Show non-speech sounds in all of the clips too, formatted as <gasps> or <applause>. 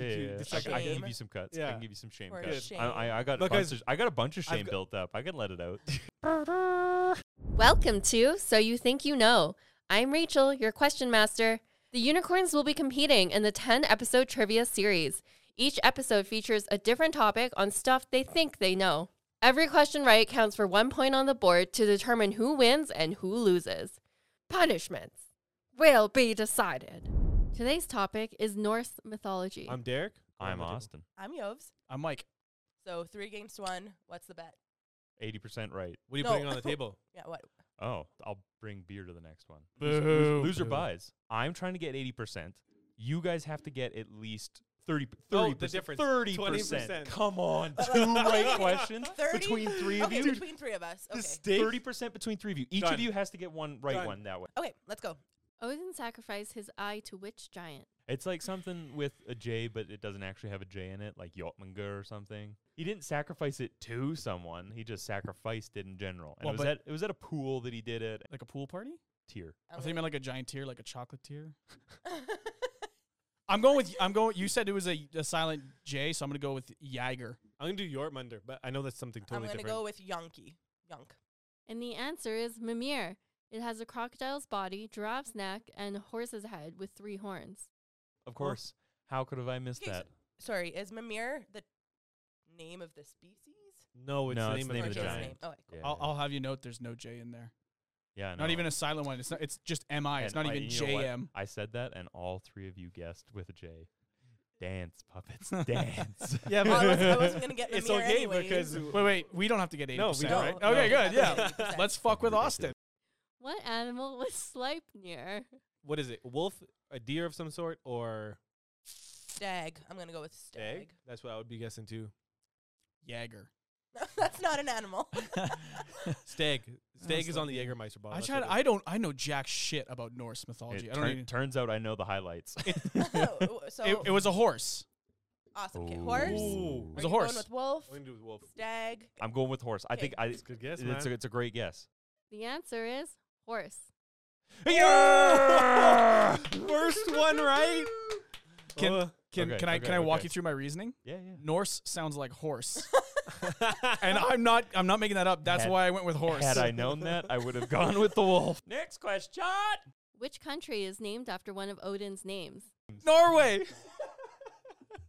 to I, check I can it. give you some cuts. I Yeah. can give you some shame Or cuts. shame. I, I, I got a Look, bunch guys, of, I got a bunch of I've shame got- built up. I can let it out. Welcome to So You Think You Know. I'm Rachel, your question master. The unicorns will be competing in the 10 episode trivia series. Each episode features a different topic on stuff they think they know. Every question right counts for one point on the board to determine who wins and who loses. Punishments will be decided. Today's topic is Norse mythology. <laughs> I'm Derek. I'm Or Austin. I'm Yovs. I'm Mike. So three games to one. What's the bet? Eighty percent right. What are you No. putting <laughs> on the table? Yeah, what? Oh, I'll bring beer to the next one. Loser- loser- Loser buys. I'm trying to get eighty percent. You guys have to get at least. 30 Oh, 30 the difference. thirty 20%. percent. Come <laughs> on, two right <laughs> questions 30? between three of okay, you. between three of us. Okay. Thirty percent between three of you. Each Done. of you has to get one right Done. one that way. Okay, let's go. Odin sacrificed his eye to which giant? It's like something with a J, but it doesn't actually have a J in it, like Jotminger or something. He didn't sacrifice it to someone. He just sacrificed it in general. And Well, it was but- at it was at a pool that he did it Like a pool party? tier. I I'm thought you <laughs> meant like a giant tier, like a chocolate tier. gonna- I'm going with I'm going. You said it was a, a silent J, so I'm gonna go with Jaeger. I'm gonna do Jortmunder, but I know that's something I'm totally going to different. go with Yonki. Yonk. And the answer is Mimir. It has a crocodile's body, giraffe's neck, and a horse's head with three horns. Of Well- course. How could have I missed Okay, so- that? Sorry, is Mimir the name of the species? no, it's No, it's the the name Or of name the of just giant. name? Okay, cool. Yeah, I'll, yeah. I'll have you note there's no J in there. yeah, Not no. even a silent one. It's not. It's just M I. It's And not I- even you know J what? M. I said that, and all three of you guessed with a J. Dance puppets, <laughs> <laughs> dance. Yeah, Well, Oh, I wasn't, I wasn't going to get Mimir it's okay anyways. because Wait, wait. We don't have to get eighty. No, we don't, Right? No. Okay, good. That's Yeah. 80%. Let's fuck with Austin. What animal <laughs> was Sleipnir? what is it? Wolf, a deer of some sort, or Stag. I'm going to go with stag? stag. That's what I would be guessing too. <laughs> <laughs> Jaeger. <laughs> That's not an animal. Oh, Stag. Stag is so on the cool. Jägermeister bottle. I that's tried. what <laughs> it I don't. I know jack shit about Norse mythology. It I don't. turn- even, turns out I know the highlights. so, it, it was a <laughs> horse. awesome. Okay, Ooh. horse. Ooh. Are was a you horse. Going with wolf. is. I'm gonna do with wolf. Stag. I'm going with horse. I think I. It's a good guess, it's, a, man. it's a great guess. The answer is horse. <laughs> Yeah! First one, right? Can Oh, can, okay, can I okay, can I walk okay. you through my reasoning? yeah, yeah. Norse sounds like <laughs> horse, and I'm not. I'm not making that up. That's Had- why I went with horse. Had I known that, I would have gone with the wolf. <laughs> Next question. Which country is named after one of Odin's names? Norway.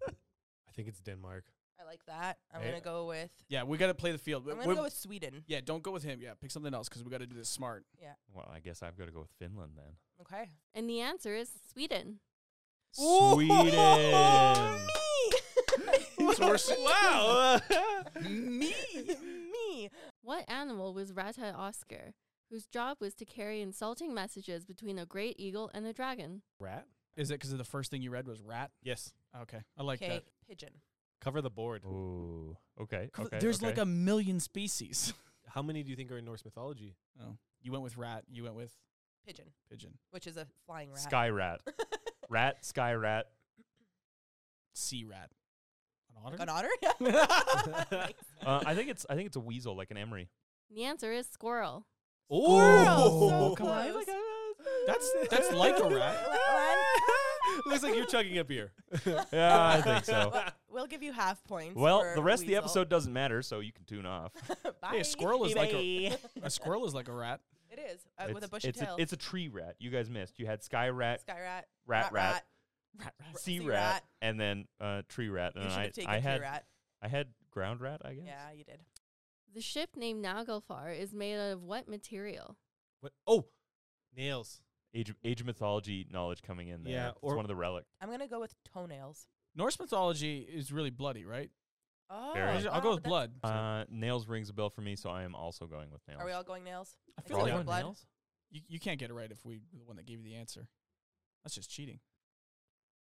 I think it's Denmark. I like that. I'm Hey. going to go with. Yeah, we got to play the field. I'm going We- to go with Sweden. yeah, don't go with him. Yeah, pick something else because we got to do this smart. Well, I guess I've got to go with Finland then. Okay. And the answer is Sweden. <laughs> Sweden. <laughs> So we're s- wow. Me. Me. What animal was Rata Oscar, whose job was to carry insulting messages between a great eagle and a dragon? Rat? Is it because the first thing you read was rat? Ah, Yes. Okay, I like Okay. that. Pigeon. Cover the board. Ooh. Okay. Co- okay There's like okay. a million species. How many do you think are in Norse mythology? Oh, you went with rat. You went with Pigeon. pigeon. Which is a flying rat. sky rat. Rat, sky rat. Sea rat. An otter. Like an <laughs> otter? <laughs> Yeah. <laughs> <laughs> Nice. Uh, I think it's I think it's a weasel, like an <laughs> emery. The answer is squirrel. Squirrel, so come on. close. <laughs> That's that's like a rat. Looks like you're chugging a beer. Yeah, I think so. Well, we'll give you half points. Well, for the rest of the weasel. episode doesn't matter, so you can tune off. <laughs> Bye. Hey, a squirrel is like <laughs> a, it a squirrel is like a rat. is uh, with a It's- bushy it's tail. A, it's a tree rat. You guys missed. You had sky rat, sky rat. rat, rat, rat. r- sea sea rat, rat. and then uh, tree rat. you And should I, have taken I tree had rat. I had ground rat. I guess. Yeah, you did. The ship named Naglfar is made out of what material? What? Oh, nails. Age of, Age of Mythology knowledge coming in there. Yeah, it's or- one of the relics. I'm gonna go with toenails. Norse mythology is really bloody, right? Oh, Very. I'll go oh, with that's- blood. Uh, nails rings a bell for me, so I am also going with nails. Are we all going nails? I I feel feel like like I'm- blood. you, you can't get it right if we were the one that gave you the answer. That's just cheating.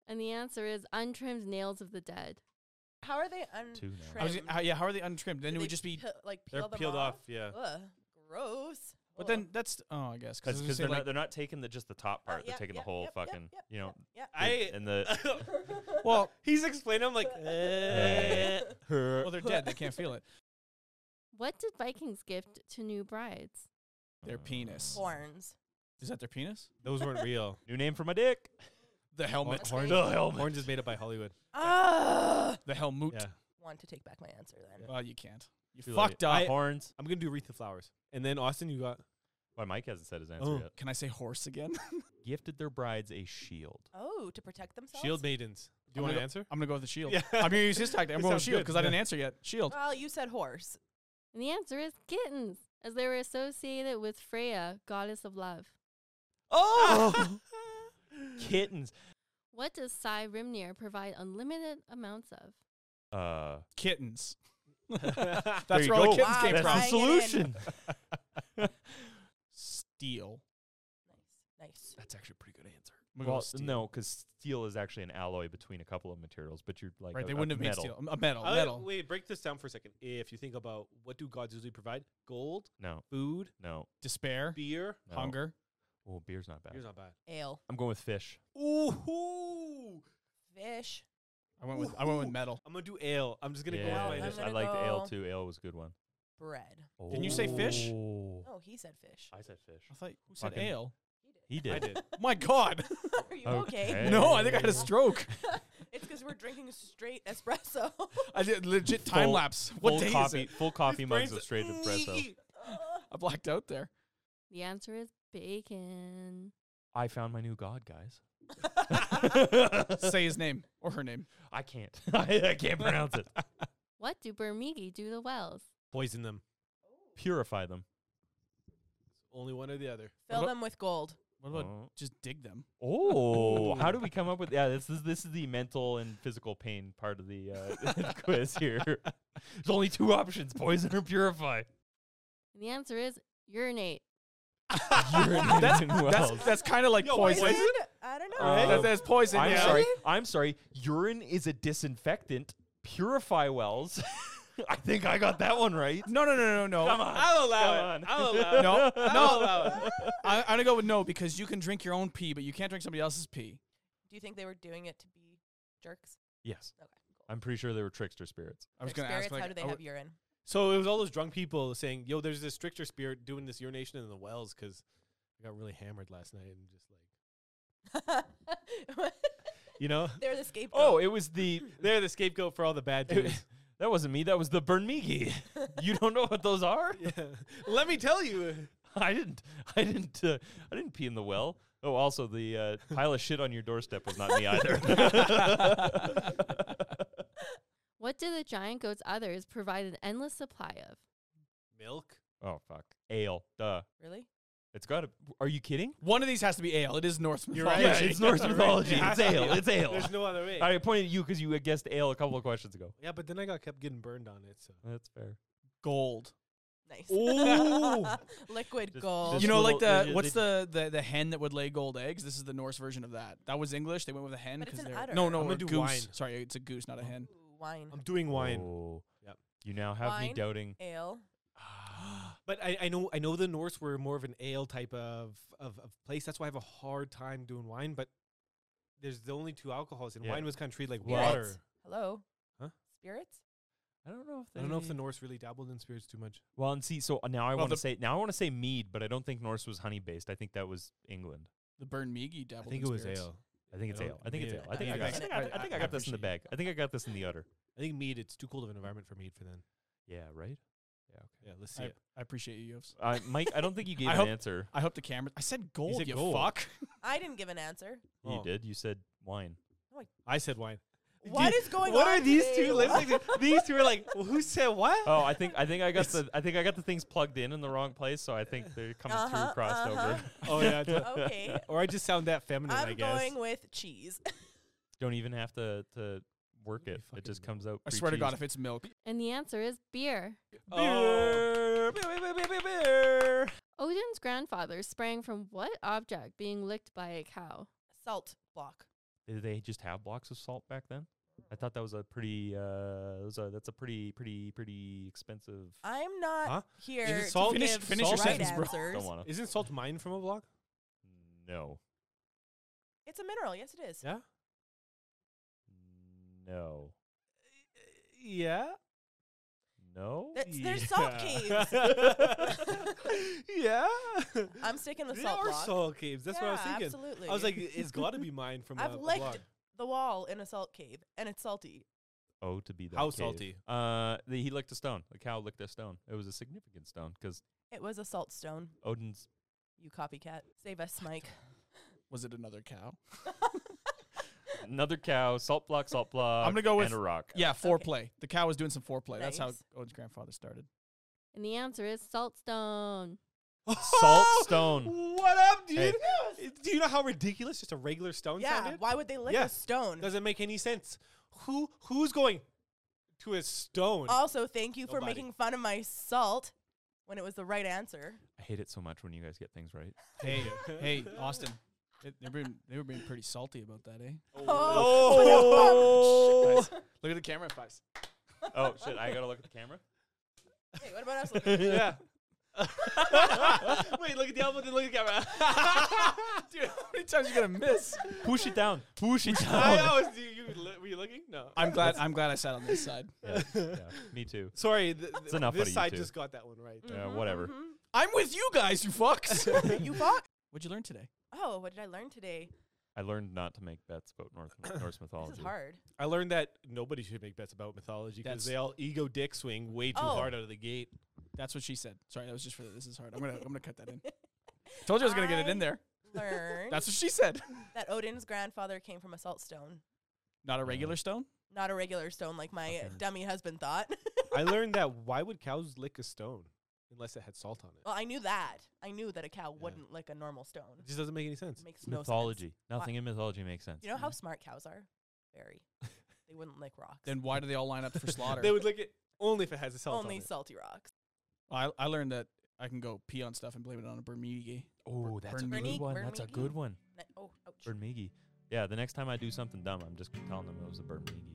And the answer is untrimmed nails of the dead. How are they Two untrimmed? nails. I was, how, yeah, how are they untrimmed? Then Do it they would just be. peel- like They're peel them peeled off. off. Oh. Yeah. Ugh, gross. But Ugh. then that's oh, I guess Because because they're like, not they're not taking the just the top part. they're yeah, taking yeah, the whole yep, yep, fucking yep, you know. yep, the- <laughs> and <laughs> the yep. <laughs> well, he's explaining. I'm like, eh. well, they're dead. They can't feel it. What did Vikings gift to new brides? Their penis <laughs> horns. is that their penis? those weren't real. Oh, New name for my dick. The helmet. Horn- The great. helmet. Orange is made up by Hollywood. Ah, The helmet. Yeah. want to take back my answer then. Well, you can't. You Too late. Uh, fucked up. I- horns. I'm gonna do wreath of flowers, and then Austin, you got Why Mike hasn't said his answer Oh. yet? Can I say horse again? Gifted their brides a shield. Oh, to protect themselves. shield maidens. Do you I'm want to gonna answer? I'm gonna go with the shield. Yeah. I'm gonna use his tactic. I'm It going with sounds shield good, because I didn't yeah. answer yet. Shield. Well, you <laughs> said horse. And the answer is kittens, as they were associated with Freya, goddess of love. Oh, kittens. What does Rimnir provide unlimited amounts of? Uh, Kittens. there That's you where all the go. kittens Wow, came That's from. the tying it in. <laughs> solution. Steel. <laughs> Nice. That's actually a pretty good answer. well, no, because steel is actually an alloy between a couple of materials, but you're like right? a- They a wouldn't have metal. made steel. A metal. I like- metal. wait, break this down for a second. If you think about what do gods usually provide? Gold, No, food, no, Despair. beer. no. Hunger. Well, beer's not bad. Beer's not bad. Ale, I'm going with fish. Ooh, fish. I went with. I went with Ooh. metal. I'm gonna do ale. I'm just gonna Yeah. go I'm with my initial. I gonna like the ale go- too. Ale was a good one. Bread. Didn't you say fish? Oh. Oh, he said fish. I said fish. I thought who said Fucking- ale? He did. <laughs> I did. <laughs> My God. <laughs> <laughs> Are you okay? no, I think I had a stroke. it's because we're drinking <laughs> straight espresso. I did legit time Full- lapse. Full What day is coffee, it? full coffee His mugs brain's of straight espresso. I blacked out there. The answer is bacon. I found my new god, guys. Say his name or her name. I can't. <laughs> I, I can't pronounce it. What do Bermigi do to wells? Poison them. Purify them. Only one or the other. Fill What- them with gold. What about Oh. just dig them? Oh, how do we come up with? Yeah, this is this is the mental and physical pain part of the uh, <laughs> quiz here. There's only two options: poison or purify. And the answer is urinate. Urinate that's in wells. that's, that's kind of like Yo, wait, poison. what? I don't know. Right? That- that's poison. I'm yeah. sorry. I'm sorry. Urine is a disinfectant. Purify wells. <laughs> I think I got that one right. No, no, no, no, no. Come on. I'll allow Come it. on. I'll allow it. No, I'll allow it. I, I'm gonna go with no because you can drink your own pee, but you can't drink somebody else's pee. Do you think they were doing it to be jerks? Yes, Okay. Cool. I'm pretty sure they were trickster spirits. I was Their gonna ask. spirits, Like, oh, how do they I have would- urine? So it was all those drunk people saying, "Yo, there's this stricter spirit doing this urination in the wells 'cause I got really hammered last night and just <laughs> like, you <laughs> know, <laughs> They're the scapegoat. Oh, it was the they're the scapegoat for all <laughs> the bad It- dudes." that wasn't me. That was the Bernmigi. <laughs> you don't know what those are? yeah. Let me tell you. I didn't. I didn't. Uh, I didn't pee in the well. Oh, also the uh, pile of shit on your doorstep was not me either. <laughs> <laughs> What do the giant goat's others provide an endless supply of? Milk. oh fuck, ale. Duh. really? It's got to. Are you kidding? One of these has to be ale. It is Norse You're <laughs> right. mythology. Yeah, it's <laughs> Norse mythology. It's ale. It's ale. There's no other way. I pointed at you because you had guessed ale a couple of questions ago. yeah, but then I got kept getting burned on it. So That's fair. Gold. Nice. Ooh. <laughs> Liquid Just- gold. just- you know, like little- the they- what's they- the, the the hen that would lay gold eggs? This is the Norse version of that. That was English. They went with a hen But it's because an they're udder. no, no, I'm gonna a do goose. wine. Sorry, it's a goose, not a hen. Ooh, wine. I'm doing wine, <gasps> Oh. Yep. You now have me Wine. doubting. Ale. but I, I know I know the Norse were more of an ale type of, of of place. That's why I have a hard time doing wine. But there's the only two alcohols, and Yeah. wine was kind of treated like Spirits. water. Hello. Huh? Spirits? I don't know if I don't know if the they- Norse really dabbled in spirits too much. Well, and see, so uh, now I Well, want to the- say now I want to say mead, but I don't think Norse was honey based. I think that was England. The Burn Migi devil. I think it's I don't- ale. I think it's yeah, ale. I think I yeah, got. I think I, I think I got this in the bag. I think I got this in the udder. I think mead. It's too cold of an environment for mead for then. Yeah. Right. Yeah. Okay. Yeah, let's see I, it. I appreciate you, Yves. Uh, Mike, I don't think <laughs> you gave I an hope- answer. I hope the camera. I said gold. said you gold. fuck. I didn't give an <laughs> answer. You Oh. did. You said wine. I said wine. What is going what on? are these today? two <laughs> listening? to? These two are like, well, who said what? Oh, I think I think <laughs> I got the I think I got the things plugged in in the wrong place, so I think they're coming Uh-huh, through crossed over. uh-huh. <laughs> oh yeah. it's- <laughs> okay. Or I just sound that feminine. i I'm guess. going with cheese. <laughs> Don't even have to to work You it. It just fucking- comes out. I swear to God, if pre-cheesed. it's milk, And the answer is beer. Oh. Beer, beer, beer, beer, beer. Odin's grandfather sprang from what object being licked by a cow? Salt block. Did they just have blocks of salt back then? I thought that was a pretty uh, was a, that's a pretty pretty pretty expensive. I'm not Huh? here Is it to salt? give Finish- finish your right sentence, bro. answers. Don't want to. Isn't salt mined from a block? No. It's a mineral. Yes, it is. Yeah. No. Yeah. No. No. That's, There's salt caves. <laughs> yeah. I'm sticking with They salt are block. salt caves. That's what I was Yeah, thinking. Absolutely. I was like, <laughs> it's got to be mine from I've a, a licked blog. the wall in a salt cave, and it's salty. Oh, to be that How cave. salty? Uh, the, he licked a stone. The cow licked a stone. It was a significant stone because It was a salt stone. Odin's. You copycat. Save us, Mike. Was it another cow? Another cow, salt block, salt block. gonna go with- and a rock. Yeah, Okay. foreplay. The cow was doing some foreplay. That's how Nice. Odin's grandfather started. And the answer is Saltstone. <laughs> Salt stone. What up, dude? Hey. Do you know how ridiculous just a regular stone yeah. sounded? Why would they lick Yeah. a stone? Doesn't make any sense. Who who's going to a stone? also, thank you for Nobody. making fun of my salt when it was the right answer. I hate it so much when you guys get things <laughs> right. <laughs> Hey, <laughs> hey, Austin. It, they, were being, they were being pretty salty about that, eh? <laughs> Oh. Nice. <laughs> Look at the camera advice. oh shit! I gotta look at the camera. Wait, what about us? <laughs> looking? yeah. Wait, look at the elbow, then look at the <laughs> camera. Dude, how many times you gonna miss? Push it down. Push it <laughs> I down. always do. You, li- were you looking? No. I'm glad. I'm glad I sat on this side. <laughs> yeah, yeah, me too. Sorry. Th- th- enough out of this you side two. just got that one <laughs> right. <laughs> Yeah, whatever. I'm with you guys, you fucks. Mm-hmm, you bought? <laughs> What'd you learn today? Oh, what did I learn today? I learned not to make bets about <coughs> North, Norse mythology. This is hard. I learned that nobody should make bets about mythology That's- because they all ego dick swing way too Oh. hard out of the gate. That's what she said. Sorry, that was just for this is hard. I'm gonna I'm gonna cut that <laughs> in. Told you I was gonna get it in there. Learned That's what she said. <laughs> that Odin's grandfather came from a salt stone, Not a regular stone. not a regular stone like my Fucking- dummy husband thought. I learned that why would cows lick a stone unless it had salt on <laughs> it? Oh. well, I knew that. I knew that a cow wouldn't lick a normal stone. It just doesn't make any sense. makes no mythology. Why- Nothing in mythology makes sense. sense. You know how Hmm. smart cows are? <laughs> Very. they wouldn't lick rocks. Then why do they all line up for <laughs> slaughter? They would lick it only if it has a salt Only on it. salty rocks. I I learned that I can go pee on stuff and blame it on a Bermuda. Oh, that's a good Bernie- one. That's a Bernie- good one. Ne- Oh, ouch. Bermigi. Yeah, the next time I do something dumb, I'm just telling them it was a Bermigi.